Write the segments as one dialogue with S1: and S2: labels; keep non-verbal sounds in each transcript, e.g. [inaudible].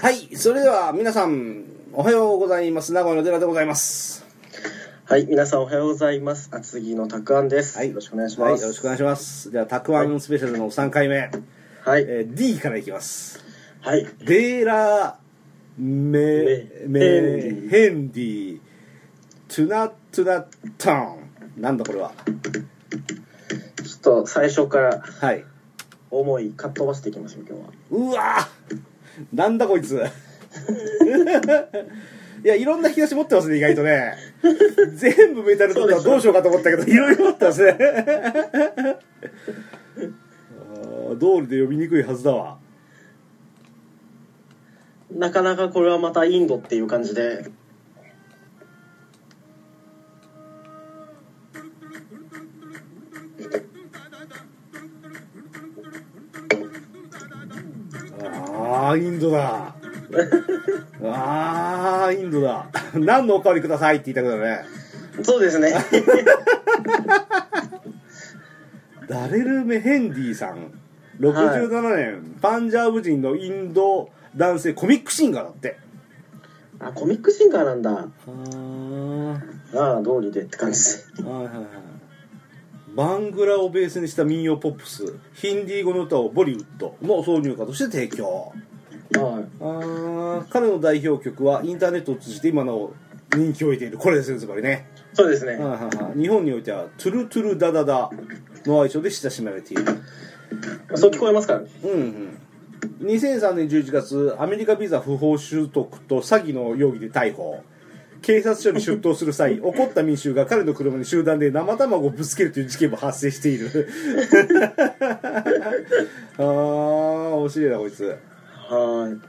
S1: はい、それでは皆さん、おはようございます。名古屋の寺でございます。
S2: はい、皆さんおはようございます。厚木のたくあんです。よろしくお願いします。
S1: はい、よろしくお願いします。では、たくあんスペシャルの3回目、
S2: はい、
S1: えー D からいきます。
S2: はい、
S1: デーラメメ
S2: メ
S1: ヘンディトゥナトゥナタン。なんだこれは。
S2: ちょっと最初から
S1: はい。
S2: 思いかっ飛ばしていきましょう、今日
S1: う
S2: は。
S1: わーなんだこいつ [laughs] いやいろんな引き出し持ってますね意外とね全部メタルとかどうしようかと思ったけどいろいろ持ってますねあー道理で呼びにくいはずだわ
S2: なかなかこれはまたインドっていう感じで、
S1: あーインドだあーインドだ何のおかわりくださいって言いたくなるね
S2: そうで
S1: [laughs]
S2: すね。
S1: ダレル・メヘンディさん67年、パンジャブ人のインド男性コミックシンガーだって
S2: あ、コミックシンガーなんだ。
S1: はー
S2: ああ、道理でって感じです。
S1: はいはいはいバングラをベースにした民謡ポップスヒンディー語の歌をボリウッドの挿入歌として提供
S2: は
S1: あー彼の代表曲はインターネットを通じて今の人気を得ているこれですねつまりね、
S2: い、そうですね。
S1: はいはいはい日本においては「トゥルトゥルダダダ」の愛称で親しまれている
S2: そう聞こえますからね。
S1: うんうん、2003年11月アメリカビザ不法取得と詐欺の容疑で逮捕警察署に出頭する際怒った民衆が彼の車に集団で生卵をぶつけるという事件も発生している [laughs] ああ面白いなこいつ [laughs]
S2: はい。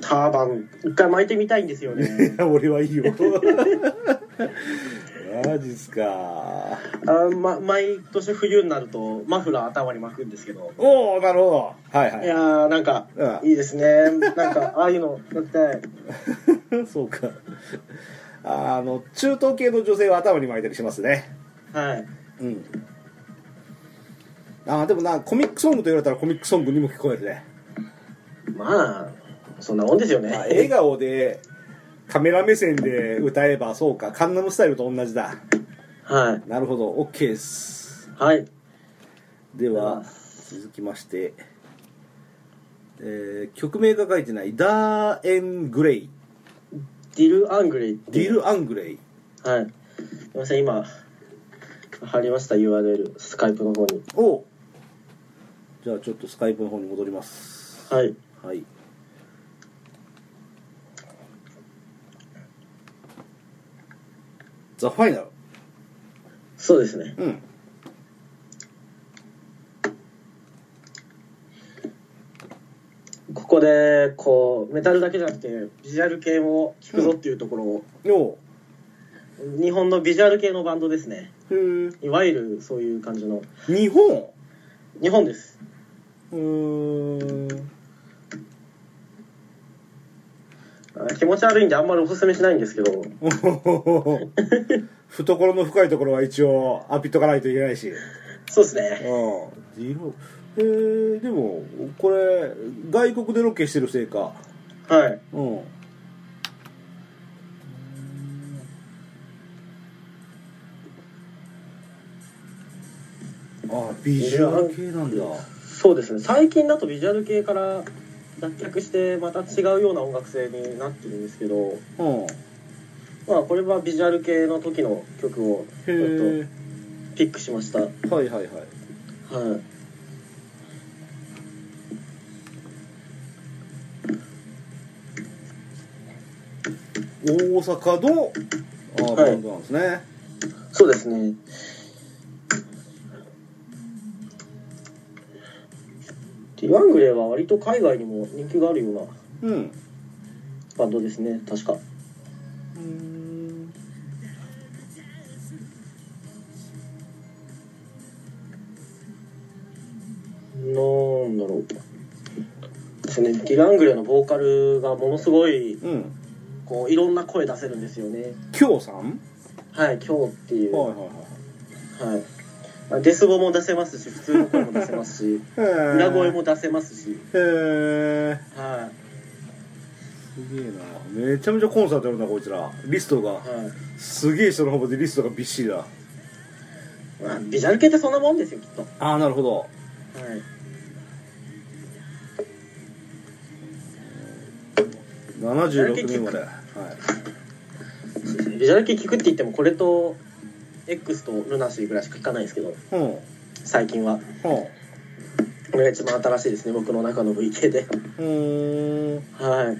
S2: ターバン、一回巻いてみたいんですよね。
S1: [laughs] いや俺はいいよマジっすか
S2: あま、毎年冬になるとマフラー頭に巻くんですけど。
S1: おおなるほどはいはい
S2: いやーなんか、
S1: うん
S2: いいですねなんかああいうのだっ
S1: [laughs]
S2: て
S1: そうかあの中東系の女性は頭に巻いたりしますね
S2: はい
S1: うんあーでもなコミックソングと言われたらコミックソングにも聞こえるね、
S2: まあそんなもんですよね、
S1: まあ、笑顔でカメラ目線で歌えばそうかカンナムスタイルと同じだ
S2: はい
S1: なるほど OK です
S2: はい
S1: では続きまして、えー曲名が書いてないダーエン・グレイ
S2: ディル・アングレイ
S1: ディル・アングレイ
S2: はいすいません今貼りました URL スカイプの方に
S1: をじゃあちょっとスカイプの方に戻ります
S2: はい
S1: はいザ・ファイナル
S2: そうですね
S1: うん
S2: ここでこうメタルだけじゃなくてビジュアル系も聞くぞっていうところを、
S1: よ
S2: 日本のビジュアル系のバンドですね
S1: うへ
S2: いわゆるそういう感じの
S1: え日本
S2: 日本です
S1: うーん
S2: あ気持ち悪いんであんまりおすすめしないんですけど
S1: おほほほほ [laughs] 懐の深いところは一応アピっとかないといけないし
S2: そうです
S1: うん
S2: ね
S1: ディロえー、でもこれ外国でロケしてるせいか
S2: はい
S1: うんあビジュアル系なんだ
S2: そうですね最近だとビジュアル系から脱却してまた違うような音楽性になってるんですけど、
S1: うんへ
S2: まあ、これはビジュアル系の時の曲をちょっ
S1: え
S2: とピックしました、はい、
S1: はいはいはい大阪のあー
S2: はい
S1: バンドなんですね、
S2: そうですねディワングレーは割と海外にも人気があるような
S1: うん
S2: バンドですね確か
S1: うん
S2: なんだろうですねディワングレーのボーカルがものすごい
S1: うん
S2: こういろんな声出せるんですよね
S1: 京さん
S2: はい今日っていう
S1: はいはいはい
S2: はい、あデスボも出せますし普通の声も出せます [laughs] し裏
S1: 裏
S2: 声も出せますし
S1: へえ
S2: は
S1: すげえなめちゃめちゃコンサートやるなこいつらリストが
S2: い、はい
S1: すげえ人のほぼでリストがびっしりだ
S2: まあ、ビジュアル系ってそんなもんですよきっと、は
S1: ああなるほど
S2: い、
S1: 76年まで、はい、
S2: ビジュアル系聞くって言ってもこれと X とルナシーぐらいしか聞かないんですけど
S1: うんうん
S2: 最近はこれが一番新しいですね僕の中の VK で
S1: うーん
S2: はい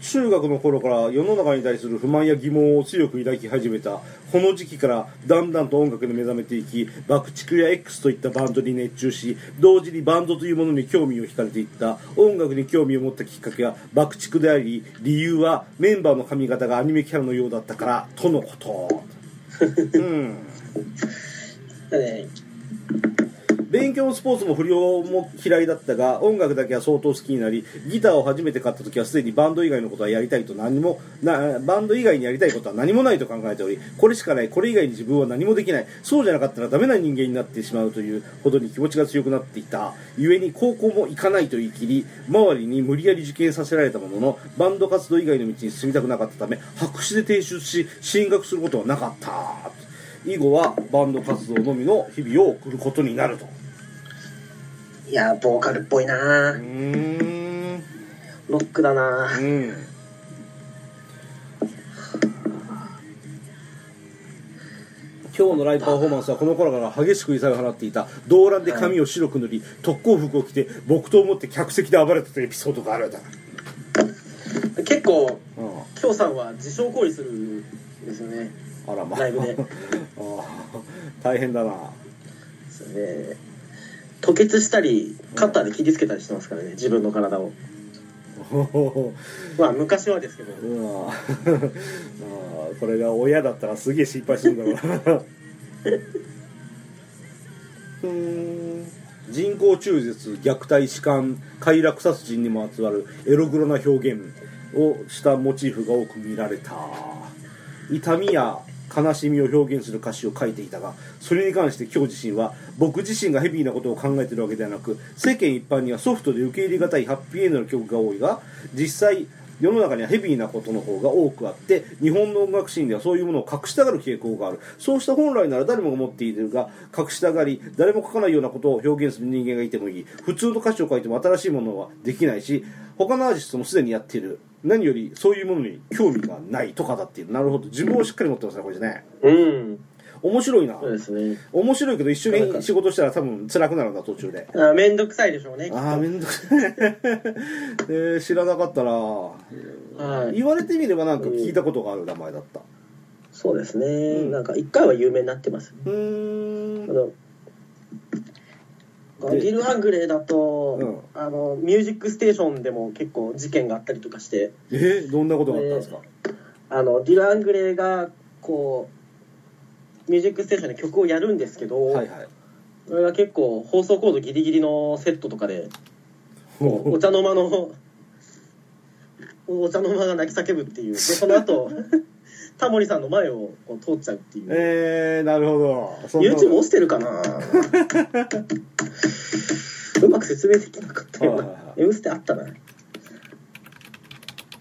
S1: 中学の頃から世の中に対する不満や疑問を強く抱き始めたこの時期からだんだんと音楽に目覚めていき爆竹や X といったバンドに熱中し同時にバンドというものに興味を惹かれていった音楽に興味を持ったきっかけは爆竹であり理由はメンバーの髪型がアニメキャラのようだったからとのことうん
S2: でね
S1: 勉強もスポーツも不良も嫌いだったが音楽だけは相当好きになりギターを初めて買った時はすでにバンド以外のことはやりたいと何もなバンド以外にやりたいことは何もないと考えておりこれしかないこれ以外に自分は何もできないそうじゃなかったらダメな人間になってしまうというほどに気持ちが強くなっていた故に高校も行かないと言い切り周りに無理やり受験させられたもののバンド活動以外の道に進みたくなかったため白紙で提出し進学することはなかった以後はバンド活動のみの日々を送ることになると。
S2: いやボーカルっぽいな
S1: う
S2: ぁ
S1: ーん
S2: ロックだなぁ
S1: うん今日のライブパフォーマンスはこの頃から激しく揺さを放っていた動乱で髪を白く塗り特攻服を着て木刀を持って客席で暴れたというエピソードがあるだ、
S2: 結構
S1: うん、
S2: 京さんは自傷行為するんですよね
S1: あらまあ
S2: ライブで
S1: [laughs] ああ大変だな
S2: そうね吐血したりカッターで切りつけたりしてますからね自分の体を
S1: ほほほ
S2: まあ昔はですけど
S1: うんあ [laughs] あこれが親だったらすげえ心配するんだろうなうん人工中絶虐待痴漢快楽殺人にも集まるエログロな表現をしたモチーフが多く見られた痛みや悲しみを表現する歌詞を書いていたがそれに関して今日自身は僕自身がヘビーなことを考えているわけではなく世間一般にはソフトで受け入れがたいハッピーエンドの曲が多いが実際世の中にはヘビーなことの方が多くあって日本の音楽シーンではそういうものを隠したがる傾向があるそうした本来なら誰もが持っているが隠したがり誰も書かないようなことを表現する人間がいてもいい普通の歌詞を書いても新しいものはできないし他のアーティストもすでにやっている何よりそういうものに興味がないとかだっていうなるほど自分をしっかり持ってますねこれでね
S2: うん
S1: 面白いな
S2: そうですね
S1: 面白いけど一緒に仕事したら多分辛くなるな途中で
S2: あめんどくさいでしょうねきっと
S1: ああめんどくさい、 [laughs] えー知らなかったな
S2: はい
S1: 言われてみればなんか聞いたことがある名前だった
S2: そうですね、
S1: ん
S2: なんか一回は有名になってます
S1: うー
S2: あ
S1: ん
S2: の
S1: で
S2: ギル・ハングレーだと、
S1: う
S2: あのミュージックステーションでも結構事件があったりとかして
S1: えー、どんなことがあったんですか、
S2: あのギル・ハングレーがこうミュージックステーションで曲をやるんですけど、
S1: はいはい [laughs]
S2: それが結構放送コードギリギリのセットとかで
S1: ほ
S2: お
S1: う
S2: 茶の間のおお茶の間が泣き叫ぶっていうでその
S1: [laughs]
S2: 後タモリさんの前をこう通っちゃうっていう、
S1: えー、なるほどそんなこと
S2: YouTube 落ちてる
S1: [laughs]
S2: かなうまく説明できなかったよ
S1: はい
S2: な
S1: はいはい
S2: 「M ステ」あったな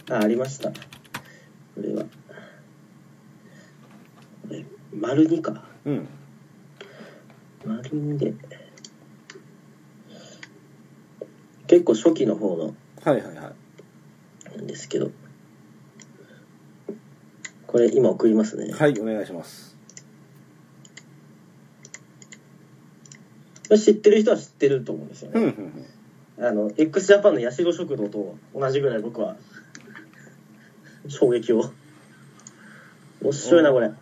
S2: あありましたこれはえ丸2か
S1: うん
S2: 丸2で結構初期の方の
S1: はいはいはい
S2: なんですけどこれ今送りますね、
S1: はいお願いします
S2: 知ってる人は知ってると思うんですよ
S1: うんう
S2: ね、
S1: んうん
S2: あの x ジャパンの社食堂と同じぐらい僕は衝撃を面白いなこれ、
S1: あ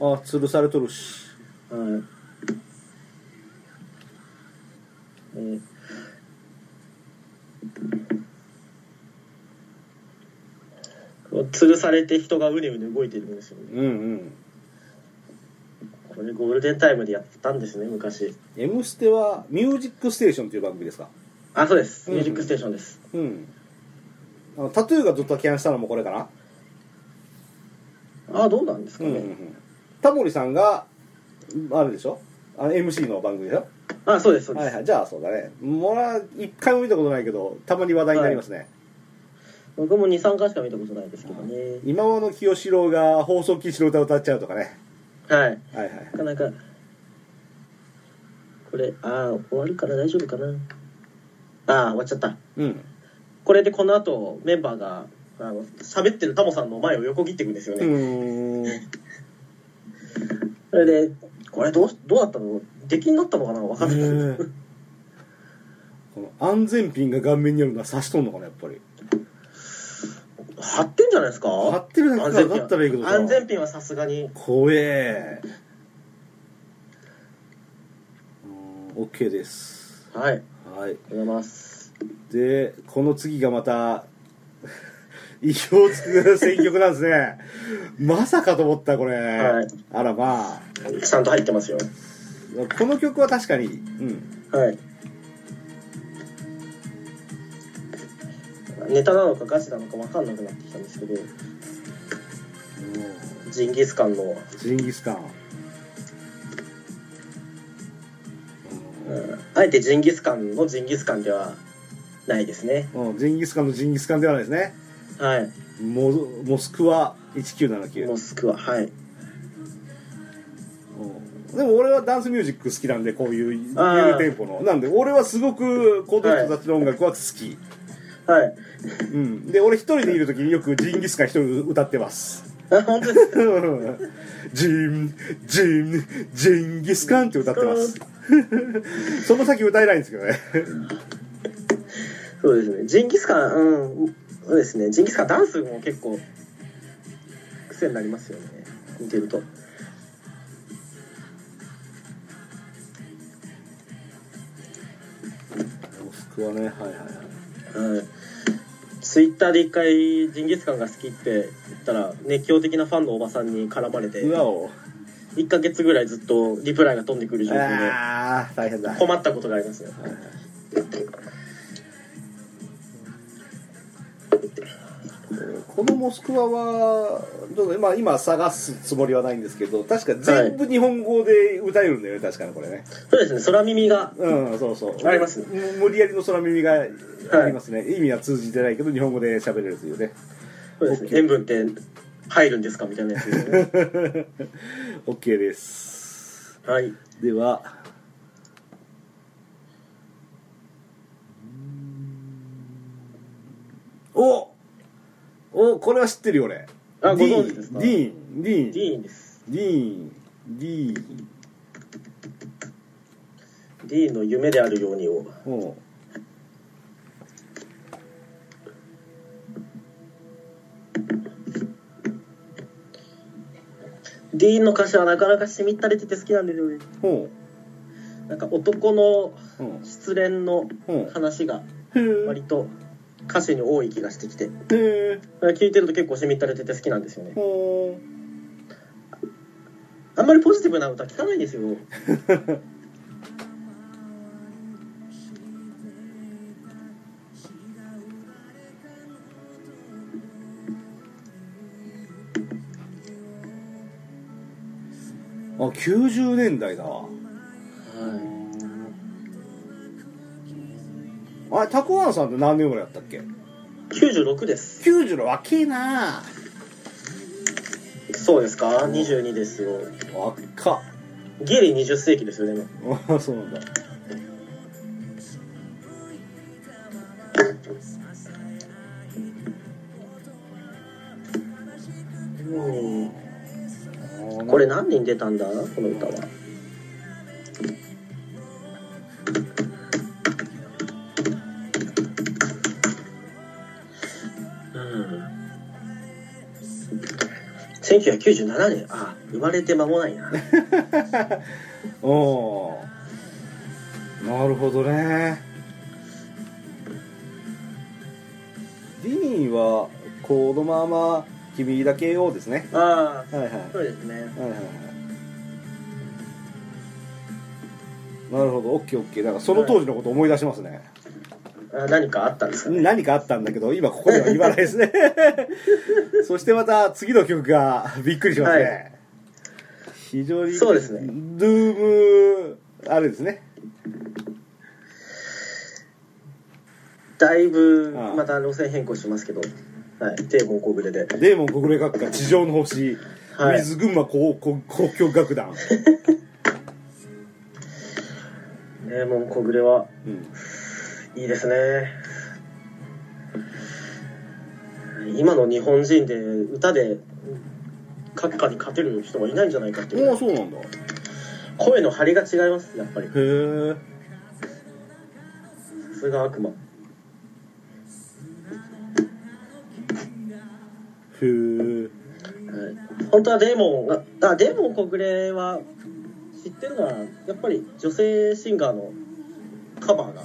S1: 吊るされとるし
S2: はいえーこう吊るされて人がうねうね動いてるんですよね
S1: うんうん
S2: これゴールデンタイムでやってたんですね昔
S1: 「M ステ」は「ミュージックステーション」という番組ですか
S2: あそうです「
S1: うん
S2: ミュージックステーション」です
S1: うんあのタトゥーがずっと起案したのもこれかな
S2: ああどうなんですか
S1: うん
S2: ね、
S1: うんうんタモリさんがあれでしょあの MC の番組でしょ
S2: あ、そうです、そうです。
S1: はいはいじゃあそうだねもら一回も見たことないけどたまに話題になりますね、
S2: 僕も2、3回しか見たことないですけどね。
S1: 今和の清志郎が放送禁止の歌を歌っちゃうとかね
S2: はい。
S1: はいはい
S2: なかなか、これ、ああ、終わるから大丈夫かな。ああ、終わっちゃった。
S1: うん
S2: これでこの後、メンバーが、あの、喋ってるタモさんの前を横切っていくんですよ
S1: う
S2: ね。
S1: ーん
S2: それで、これどう、どうだったの出禁になったのかなわかんない。
S1: ねえこの安全ピンが顔面にあるのは差しとんのかなやっぱり
S2: 貼ってんじゃないですか
S1: 貼ってるだけだだったらいいけどさ
S2: 安全ピンはさすがに。
S1: 怖えうーん OK です
S2: はい。ありが
S1: はい
S2: とうございます。
S1: でこの次がまた意表をつく選曲なんですね [laughs] まさかと思ったこれ、
S2: はい
S1: あらまあ
S2: ちゃんと入ってますよ。
S1: この曲は確かにうん
S2: はい。ネタなのかガチなのかわかんなくなってきたんですけど、ジンギスカンの、
S1: ジンギスカン
S2: うんあえてジンギスカンのジンギスカンではないですね。
S1: うんジンギスカンのジンギスカンではないですね
S2: はい。
S1: モモスクワ1979
S2: モスクワ、はい。
S1: でも俺はダンスミュージック好きなんでこういうニュ
S2: あー
S1: ーテンポのなんで俺はすごくこの人たちの音楽は好き、
S2: はい。
S1: うん、で俺一人でいる時によくジンギスカン一人歌ってます [laughs]
S2: あ、本当ですか
S1: ジンジンジンギスカンって歌ってますその先歌えないんですけどね
S2: そうですね。ジンギスカン、うん。そうですね。ジンギスカンダンスも結構、癖になりますよね。見てると。
S1: モスクワねはいはいはい
S2: ツイッターで一回ジンギスカンが好きって言ったら熱狂的なファンのおばさんに絡まれて
S1: うわお
S2: 1ヶ月ぐらいずっとリプライが飛んでくる状況で
S1: ああ大変だ
S2: 困ったことがありますね
S1: このモスクワはどうだまあ今探すつもりはないんですけど確か全部日本語で歌えるんだよね確かにこれね
S2: そうですね空耳が
S1: うんそうそう
S2: あります
S1: む無理やりの空耳がありますね、意味は通じてないけど日本語で喋れるというね
S2: そうですね
S1: OK
S2: 塩分って入るんですかみたいなやつです [laughs] ね
S1: OK です
S2: はい
S1: ではおおこれは知ってるよ俺
S2: あ
S1: ディーン
S2: ご存知ですか
S1: ディーンディーン
S2: ディーンです
S1: ディーンディーン
S2: ディーンの夢であるようにを
S1: おう
S2: ディーンの歌詞はなかなかしみったれてて好きなんですよね
S1: ほ
S2: なんか男の
S1: ううん
S2: 失恋の
S1: ほう
S2: 話が
S1: へー
S2: 割と歌詞に多い気がしてきて
S1: へ
S2: 聞いてると結構しみったれてて好きなんですよね
S1: ーほう
S2: あんまりポジティブな歌聞かないんです [laughs] よ
S1: あ90年代だわあれタコワンさんって何年ぐらいやったっけ
S2: 96です
S1: 90の若えな
S2: そうですか22ですよ
S1: 若っ
S2: ギリ20世紀ですよねもう
S1: ああそうなんだ
S2: これ何人出たんだこの歌はうん1997年あ生まれて間もな
S1: [laughs]
S2: いな
S1: おおーなるほどねディーンは「このまま君だけを」ですね
S2: ああ
S1: はいはいはい
S2: そうですね
S1: はいはいなるほどオッケーオッケーだからその当時のこと思い出しますね、
S2: あ何かあったんですかね
S1: 何かあったんだけど今ここでは言わないで
S2: [laughs]
S1: すねそしてまた次の曲がびっくりしますね、非常に
S2: そうですね
S1: ドゥームあれですね
S2: だいぶ
S1: ああ
S2: また路線変更しますけど、はい、デーモン小暮で。
S1: デーモン国連閣下地上の星、
S2: はい
S1: 水群馬公公公共楽
S2: [laughs]
S1: 団、
S2: デーモン小暮は
S1: うん、
S2: いいですね。今の日本人で歌で閣下に勝てる人がいないんじゃないかっていう
S1: ああそうなんだへ
S2: 声の張りが違いますやっぱり
S1: え
S2: さすが悪魔
S1: へえ
S2: はい本当はデーモンがあデーモン小暮は知ってるのはやっぱり女性シンガーのカバーが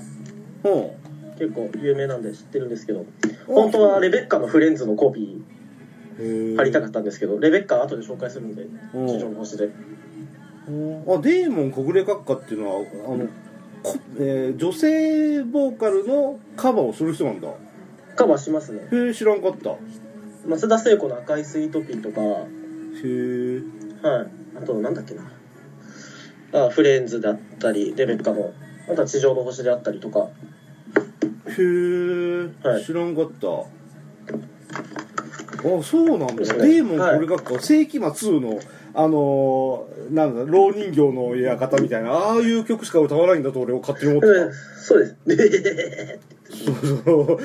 S1: ほ
S2: 結構有名なんで知ってるんですけど
S1: うん
S2: 本当はレベッカのフレンズのコピ
S1: うへえ
S2: ー貼りたかったんですけどレベッカは後で紹介するんで
S1: うん
S2: 地上の星で
S1: あデーモン国連閣下っていうのはあのこ、えー女性ボーカルのカバーをする人なんだへ
S2: カバーしますね
S1: え知らんかったへ
S2: 松田聖子の赤いスイートピーとか
S1: え
S2: はいあとなんだっけなあフレンズであったりレベッカのあとは地上の星であったりとか
S1: へえ、
S2: はい
S1: 知らんかったあそうなんだ、
S2: そうですね
S1: デーモンこれ学校、世紀末のあのーなんだ老人形の館みたいなああいう曲しか歌わないんだと俺を勝手に思って
S2: そうです
S1: た、そうそ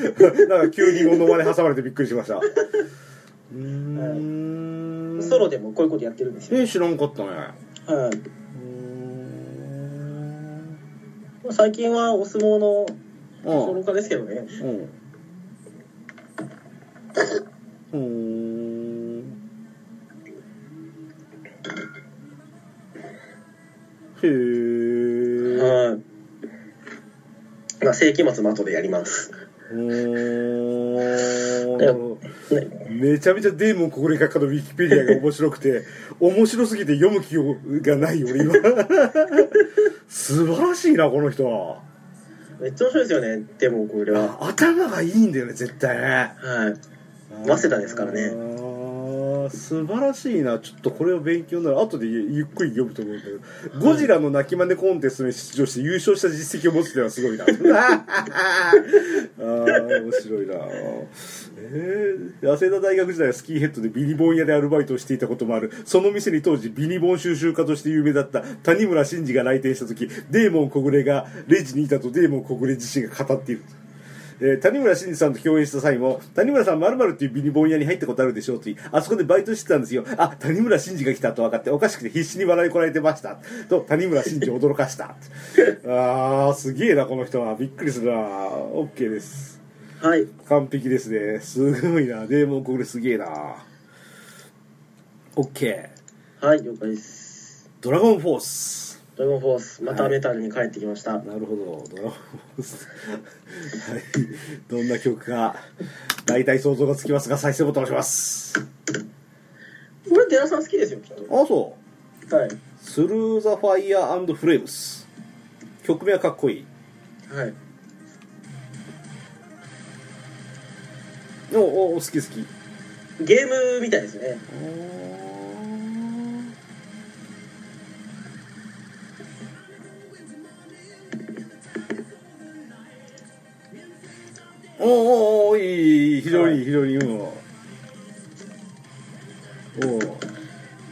S1: う [laughs] なんか急に物まね挟まれてびっくりしましたうーん、
S2: [laughs] ソロでもこういうことやってるんです
S1: え
S2: よ、
S1: ー知らんかったね
S2: はいう
S1: ーん
S2: まあ最近はお相撲の
S1: うん
S2: 評論家ですけどね
S1: うん。うん。へえ。
S2: はいまあ世紀末も後でやります、
S1: うん。
S2: ね、
S1: めちゃめちゃデーモン国連閣下のウィキペディアが面白くて面白すぎて読む気がない俺今素晴らしいなこの人は
S2: めっちゃ面白いですよねでもこれは
S1: 頭がいいんだよね絶対ね
S2: はい早稲田ですからね
S1: あー素晴らしいなちょっとこれを勉強になる後でゆっくり読むと思うんだけどゴジラの泣き真似コンテストに出場して優勝した実績を持つっていうのはすごいなあー面白いなえー早稲田大学時代はスキーヘッドでビニボン屋でアルバイトをしていたこともあるその店に当時ビニボン収集家として有名だった谷村新司が来店した時デーモン小暮がレジにいたとデーモン小暮自身が語っているえー谷村新司さんと共演した際も「谷村さんまるっていうビニボン屋に入ったことあるでしょ」と言いあそこでバイトしてたんですよ「あ谷村新司が来た」と分かっておかしくて必死に笑いこられてましたと谷村新司を驚かしたあーすげえなこの人はびっくりするな OK です
S2: はい
S1: 完璧ですねすごいなデーモンこれすげえな OK
S2: はい了解です
S1: ドラゴンフォース
S2: ドラゴンフォースまたメタルに帰ってきました、
S1: なるほどドラゴンフォースはいどんな曲か大体想像がつきますが再生ボタンを押します
S2: これ寺さん好きですよきっと
S1: あそう
S2: はい
S1: 「スルー・ザ・ファイアーフレームス」曲名はかっこいい
S2: はい
S1: おおお好き好き
S2: ゲームみたいですね
S1: おーおーおーいいいい非常にいい非常
S2: はい
S1: にいいうんおー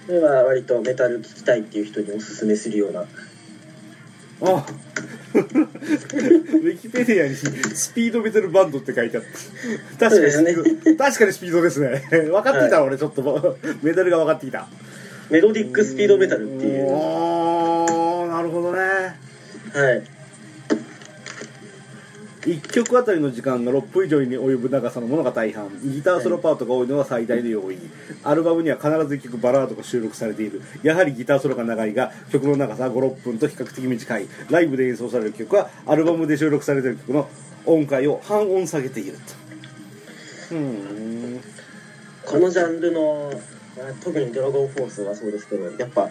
S2: これは割とメタル聞きたいっていう人におすすめするような
S1: あウィキペディアにスピードメタルバンドって書いてあった確かにスピード
S2: そうで
S1: 確かにスピードですね分かってた、
S2: は
S1: 俺ちょっともうメダルが分かってきた
S2: メロディックスピードメタルっていうは
S1: おーなるほどね
S2: い
S1: 1曲あたりの時間が6分以上に及ぶ長さのものが大半ギターソロパートが多いのが最大の要因アルバムには必ず1曲バラードが収録されているやはりギターソロが長いが曲の長さは56分と比較的短いライブで演奏される曲はアルバムで収録されている曲の音階を半音下げているとうん
S2: このジャンルのあ特に「ドラゴンフォース」はそうですけどやっぱあ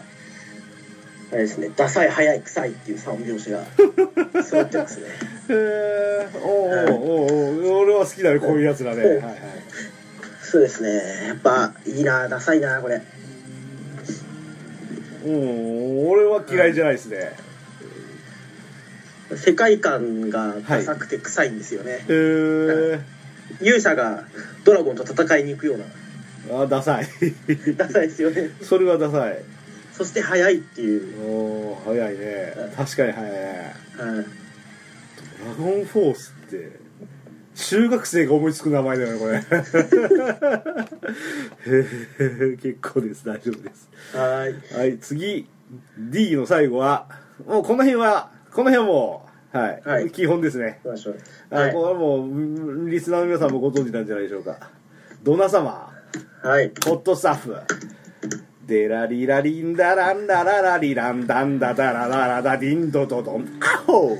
S2: れですねダサい速い臭いっていう三拍子が揃って [laughs] ますね
S1: へえおうおうおうおう俺は好きだねこういうやつらね、はいはい、
S2: そうですねやっぱいいなダサいなこれ
S1: うん俺は嫌いじゃないですね、
S2: 世界観がダサくて臭いんですよね、
S1: へー
S2: 勇者がドラゴンと戦いに行くような
S1: あダサい
S2: ダサいですよね
S1: それはダサい
S2: そして速いっていう、
S1: おー早いね確かに早いね
S2: はい
S1: ドラゴンフォースって中学生が思いつく名前だよねこれへー結構です大丈夫です
S2: はーい
S1: はい次 D の最後はもうこの辺はこの辺はもうはい、
S2: はい
S1: 基本ですね
S2: 行きましょう
S1: は、
S2: はいい
S1: これはもうリスナーの皆さんもご存知なんじゃないでしょうかドナ様
S2: はい
S1: ホットスタッフデラリラリンダランダララリランダンダダラララダディンドドドンアホ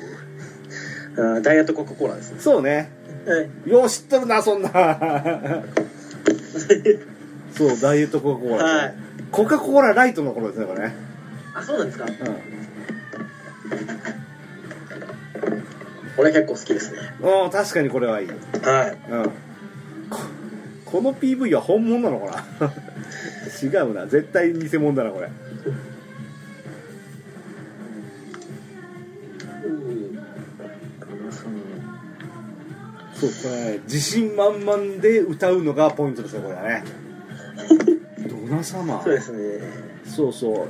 S2: あーダイヤとコカ・コーラですね
S1: そうね
S2: はい
S1: よう知っとるな [laughs] そんなそうダイエットコカ・コーラ、
S2: はい
S1: コカ・コーラライトの頃ですねこれね
S2: [laughs] あそうなんですか
S1: う
S2: 俺結構好きですね
S1: んうん確かにこれはいい、うん、
S2: はい
S1: ここの PV は本物なのかな [laughs] 違うな絶対偽物だなこれそうこれ自信満々で歌うのがポイントですねこれは
S2: [laughs]
S1: ねドナ様
S2: そうですね
S1: そうそ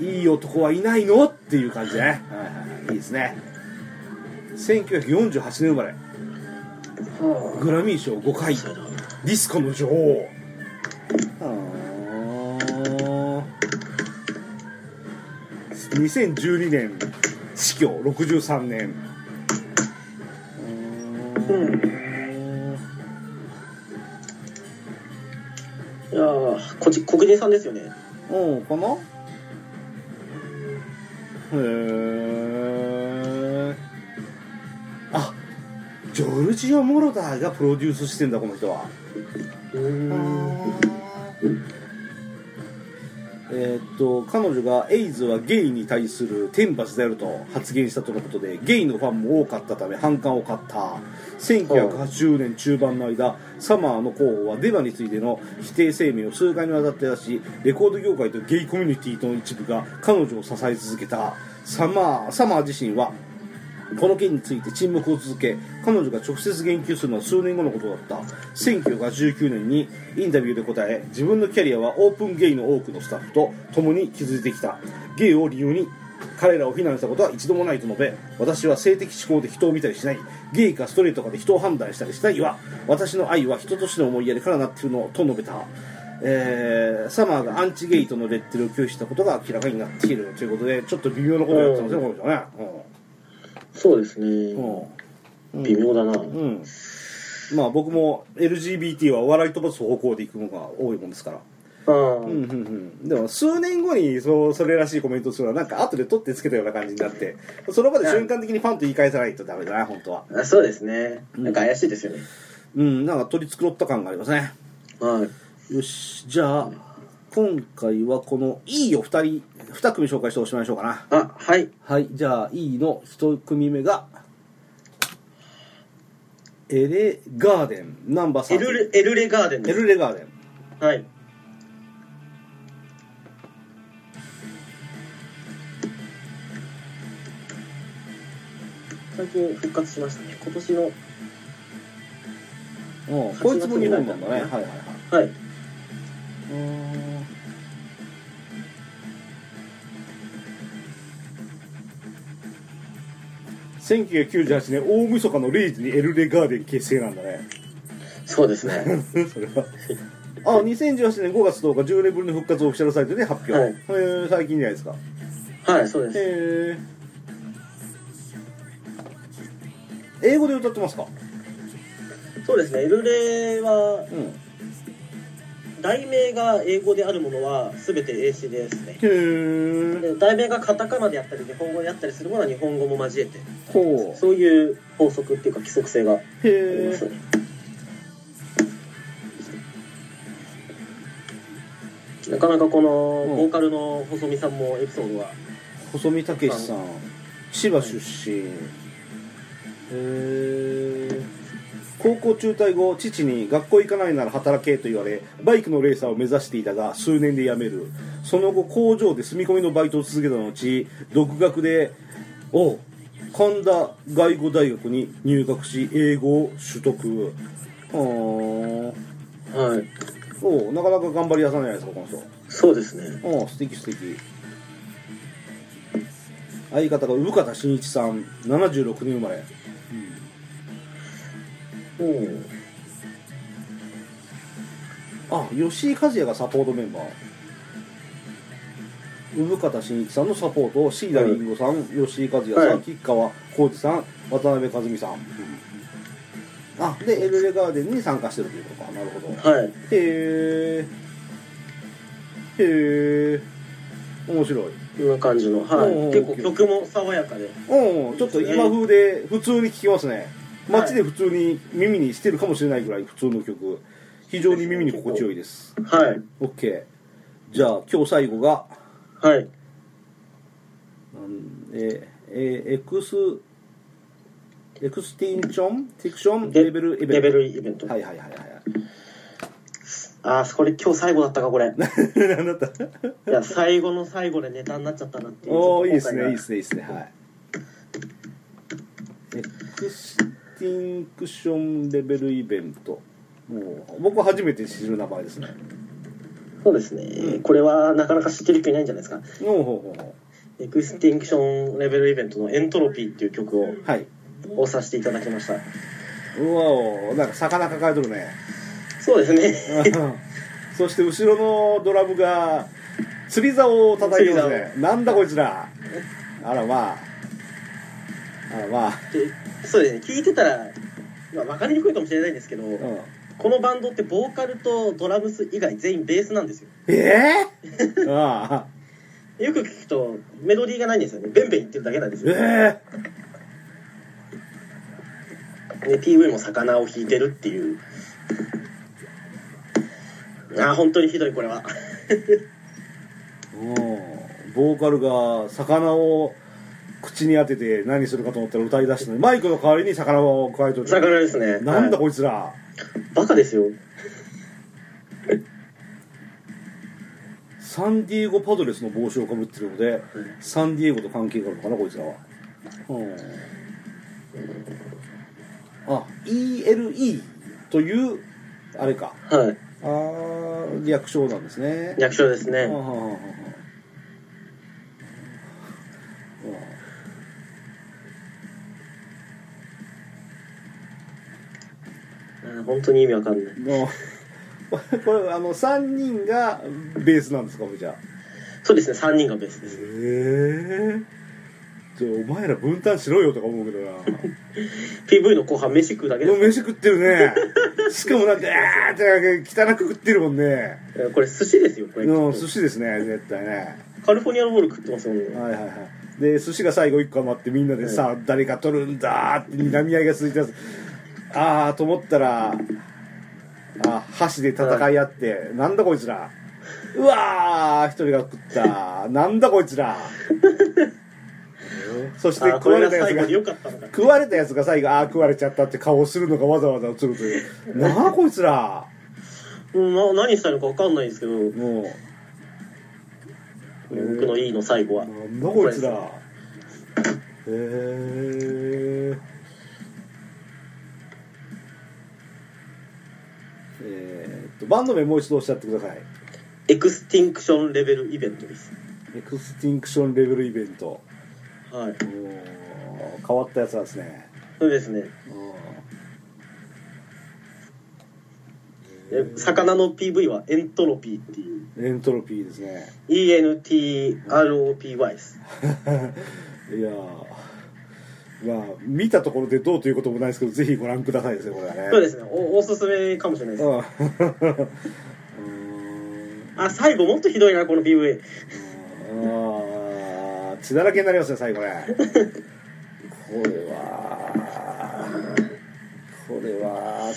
S1: ういい男はいないのっていう感じでね、はいはいはい、いいですね1948年生まれ
S2: は
S1: グラミー賞5回ディスコの女王あー2012年死去63年
S2: あうんいやーこっち黒人さんですよね
S1: うんかなへえあジョルジオ・モロダーがプロデュースしてんだこの人はえーっと彼女がエイズはゲイに対する天罰であると発言したとのことでゲイのファンも多かったため反感を買った1980年中盤の間サマーの候補はデマについての否定声明を数回にわたって出しレコード業界とゲイコミュニティの一部が彼女を支え続けたサマーサマー自身はこの件について沈黙を続け彼女が直接言及するのは数年後のことだった1989年にインタビューで答え自分のキャリアはオープンゲイの多くのスタッフと共に築いてきたゲイを理由に彼らを非難したことは一度もないと述べ私は性的思考で人を見たりしないゲイかストレートかで人を判断したりしないわ私の愛は人としての思いやりからなっているのと述べたえーサマーがアンチゲイとのレッテルを拒否したことが明らかになっているということでちょっと微妙なことをやってますね、この人ね、
S2: そうです
S1: うんうん
S2: ね
S1: うん
S2: 微妙だな
S1: うん、まあ僕も LGBT は笑い飛ばす方向で行くのが多いもんですから、
S2: あ
S1: うんう
S2: ー
S1: んうん、でも数年後にそうそれらしいコメントをするのはなんか後で取ってつけたような感じになってその場で瞬間的にパンと言い返さないとダメだな本当は
S2: あそうですねなんか怪しいですよね
S1: うんなんか取り繕った感がありますね
S2: はい
S1: よしじゃあ今回はこの E を2人2組紹介しておしまいにしようかな
S2: あはい
S1: はいじゃあ E の1組目がエレガーデンナンバー3
S2: エルレエルレガーデン
S1: エ
S2: です
S1: ルレガーデン
S2: はい最近復活しましたね今年の
S1: うん、こいつも日本なんだね。はい
S2: 8月ぐらいだった
S1: はいはい。
S2: はい
S1: 1998年大晦日の0時にエルレガーデン結成なんだね
S2: そうですね
S1: [laughs] それはあ2018年5月10日10年ぶりの復活をオフィシャルサイトで発表、
S2: はい
S1: へえ最近じゃないですか
S2: はいそうです
S1: へえ英語で歌ってますか
S2: そうですねエルレは
S1: うんへ
S2: 題名が英語であるものは全て英詞ですね
S1: え
S2: で題名がカタカナであったり日本語であったりするものは日本語も交えて
S1: ほ
S2: そういう法則っていうか規則性があ
S1: う
S2: り
S1: へ
S2: ま
S1: え
S2: すねなかなかこの
S1: うん
S2: ボーカルの細見さんもエピソードは
S1: 細見武さん千葉出身、へー高校中退後父に学校行かないなら働けと言われバイクのレーサーを目指していたが数年で辞めるその後工場で住み込みのバイトを続けた後独学でおう神田外語大学に入学し英語を取得は
S2: は
S1: あ
S2: い。
S1: おうなかなか頑張り屋さんじゃないですかこの人
S2: そうですね。
S1: おう素敵素敵相方が生方真一さん76年生まれ
S2: うん。
S1: あ吉井和也がサポートメンバー生方真一さんのサポートを椎名林檎さん、吉井和也さん、
S2: はい
S1: 吉川浩二さん渡辺和美さん、あでエルレガーデンに参加してるということかなるほどへ
S2: はい。
S1: えへえ面白い
S2: こんな感じの。はい。
S1: おー
S2: 結構曲も爽やかで。
S1: うんちょっと今風で普通に聴きますね街で普通に耳にしてるかもしれないぐらい普通の曲非常に耳に心地よいです
S2: はい。
S1: OK じゃあ今日最後が
S2: はい。
S1: うんえーえーエクスエクスティンションフィクション
S2: で
S1: レベルイベント
S2: レベルイベント。
S1: はいはいはいは
S2: ああ、これ今日最後だったか、これ。
S1: い [laughs] 何だった
S2: いや、最後の最後でネタになっちゃったなっていう。
S1: [laughs] おおいいです
S2: ちょっ
S1: ねいいで
S2: と後
S1: すねいい
S2: 悔が
S1: ですねはいエクスティンクションレベルイベントもう僕は初めて知る名前ですね
S2: そうですね、これはなかなか知ってる人いないんじゃないですか。
S1: おおほうほうほ
S2: エクスティンクションレベルイベントのエントロピーっていう曲を、
S1: うはい
S2: をさせていただきました。
S1: うわおなんか魚抱えとる
S2: [laughs]
S1: ね
S2: そうですね。
S1: うんそして後ろのドラムが釣り竿を叩いてます
S2: 釣り
S1: ねなんだこいつらあらまああらまあ、
S2: でそうですね。聞いてたら、まあ、分かりにくいかもしれないんですけど、
S1: うん、
S2: このバンドってボーカルとドラムス以外全員ベースなんですよ。
S1: ええ
S2: [laughs]
S1: ああ
S2: よく聞くとメロディーがないんですよね。ベンベン言ってるだけなんですよ。
S1: え
S2: で PV も魚を弾いてるっていうあー本当にひどいこれは
S1: えうんボーカルが魚を口に当てて何するかと思ったら歌い出してマイクの代わりに魚を加えとる
S2: 魚ですね
S1: なんだ
S2: はい
S1: こいつら
S2: バカですよ
S1: サンディエゴパドレスの帽子をかぶってるのでサンディエゴと関係があるのかなこいつらはうんあ ELE というあれか
S2: は
S1: あー略称なんですね
S2: い略称です
S1: はあ
S2: ね
S1: はあはあはあ
S2: あー本当に意味わかんない
S1: うんもう [laughs] これあの3人がベースなんですかこれじゃあ
S2: そうですね3人がベースで
S1: へ
S2: す
S1: えじゃあお前ら分担しろよとか思うけど [laughs] な
S2: PV の後半飯食うだけ
S1: でも
S2: で
S1: 飯食ってるねしかもなんかあーってなんか汚く食ってるもん [laughs] ね
S2: すこれ寿司ですよこれ
S1: うん寿司ですね絶対ね
S2: カルフォルニアのボール食ってますもんね
S1: はいはいはいで寿司が最後1個余ってみんなでさ、誰が取るんだーって睨み合いが続いてますああと思ったらあ箸で戦い合って、なんだこいつらうわー一人が食ったなんだこいつ
S2: [laughs]
S1: らそして
S2: あー
S1: 食
S2: こ
S1: わ
S2: れ
S1: れた
S2: が
S1: やつ
S2: 最後
S1: が
S2: でよかったのか
S1: 食われたやつが最後ああ食われちゃったって顔をするのがわざわざ映るというなあこいつら
S2: うんな何したいのかわかんないんですけど
S1: もう
S2: 僕の E の最後は
S1: なんだこいつらへええーっとバンド名もう一度おっしゃってください
S2: エクスティンクションレベルイベントです
S1: エクスティンクションレベルイベント
S2: はい
S1: おー変わったやつなんですね
S2: そうですね
S1: うん
S2: で魚の PV はエントロピーっていう
S1: エントロピーですね [laughs]
S2: ENTROPY です
S1: いやーまあ見たところでどうということもないですけどぜひご覧くださいですねこれはね
S2: そうですねおおすすめかもしれないで
S1: [laughs]
S2: す
S1: うん
S2: あ最後もっとひどいなこの PV
S1: あー血だらけになりますね最後ねこれはこれは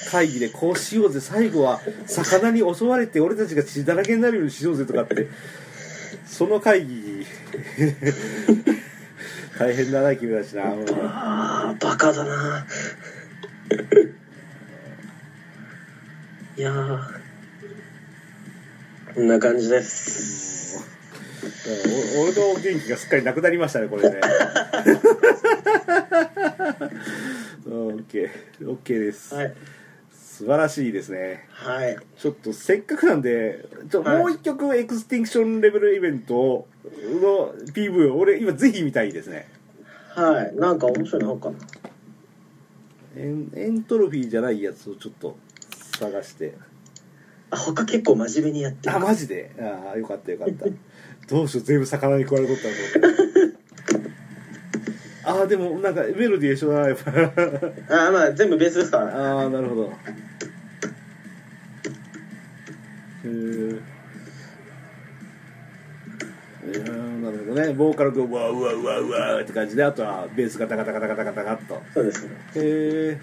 S1: 会議でこうしようぜ最後は魚に襲われて俺たちが血だらけになるようにしようぜとかってその会議 [laughs] 大変だな君たちな、うん
S2: あーバカだないやーこんな感じです
S1: お俺の元気がすっかりなくなりましたねこれね [laughs] OKOK です、
S2: はい
S1: 素晴らしいですね
S2: はい
S1: ちょっとせっかくなんでちょ
S2: はい
S1: もう一曲エクスティンクションレベルイベントの PV を俺今ぜひ見たいですね
S2: はいなんか面白いのあるかな
S1: エンエントロフィーじゃないやつをちょっと探して
S2: あ他結構真面目にやってる
S1: あマジでああよかったよかった
S2: [laughs]
S1: どうしよう全部魚に食われとったのと思ってああでもなんかメロディー一緒だなやっぱ
S2: あまあ全部ベースですから
S1: ああなるほどへーいやーなるほどねボーカルがうわうわうわうわーって感じであとはベースがタカタカタカタカタカっと
S2: そうですね
S1: へえ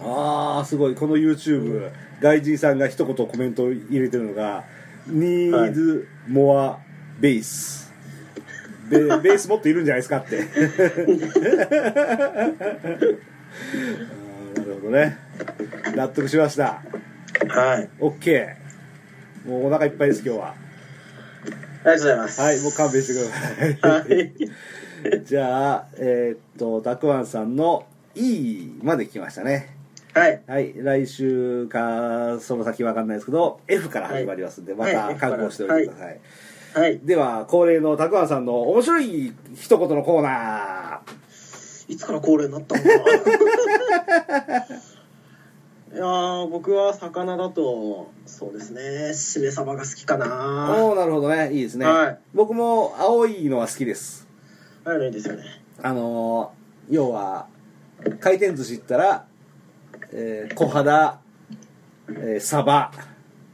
S1: ああすごいこの YouTube 外人さんが一言コメントを入れてるのが「Needs more bass」でベースもっといるんじゃないですかってあーなるほどね納得しました
S2: はいあり
S1: OK もうお腹いっぱいです今日は
S2: がとうございます
S1: はいもう勘弁してください
S2: は
S1: [laughs]
S2: い
S1: じゃあ、えーっと、たくあんさんの E まで来ましたね。
S2: はい
S1: はい、来週か、その先わかんないですけど、F から始まりますんで、
S2: はい
S1: ま
S2: はい
S1: た覚悟しておいてください。
S2: はい
S1: では、恒例のたくあんさんの面白い一言のコーナ
S2: いつから恒例になったのか [laughs] ないやー僕は魚だとそうですねしめ鯖が好きか
S1: ー。
S2: な
S1: おーなるほどね、いいですね。
S2: はい
S1: 僕も青いのは好きです。
S2: あれのいいですよね
S1: あのー要は、回転寿司行ったら、えー小肌、えーサバ、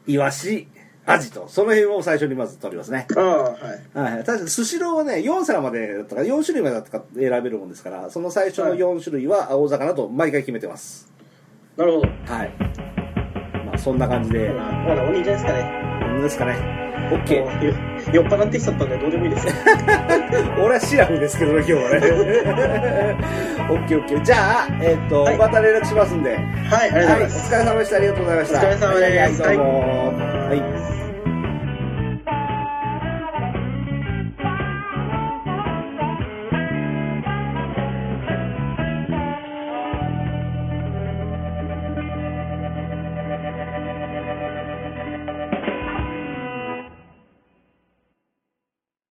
S1: イワシ、アジと、その辺を最初にまず取りますね。
S2: ああはい
S1: はいはい、確かにスシローはね4皿までだったから4種類までだったか選べるもんですからその最初の4種類は青魚と毎回決めてます
S2: なるほど
S1: はいまあそんな感じで
S2: まあまだお兄ちゃんですかね
S1: ですかね OK
S2: もうよ酔っ払ってきちゃったんでどうでもいいです
S1: 俺はシラフですけどね今日
S2: [laughs]
S1: はね OKOK じゃあえっ、と、
S2: はい
S1: また連絡しますんではい
S2: はいあ
S1: お
S2: りがとうございます、
S1: 疲れ様でしたありがとうございました
S2: お疲れ様です
S1: はいどうもはい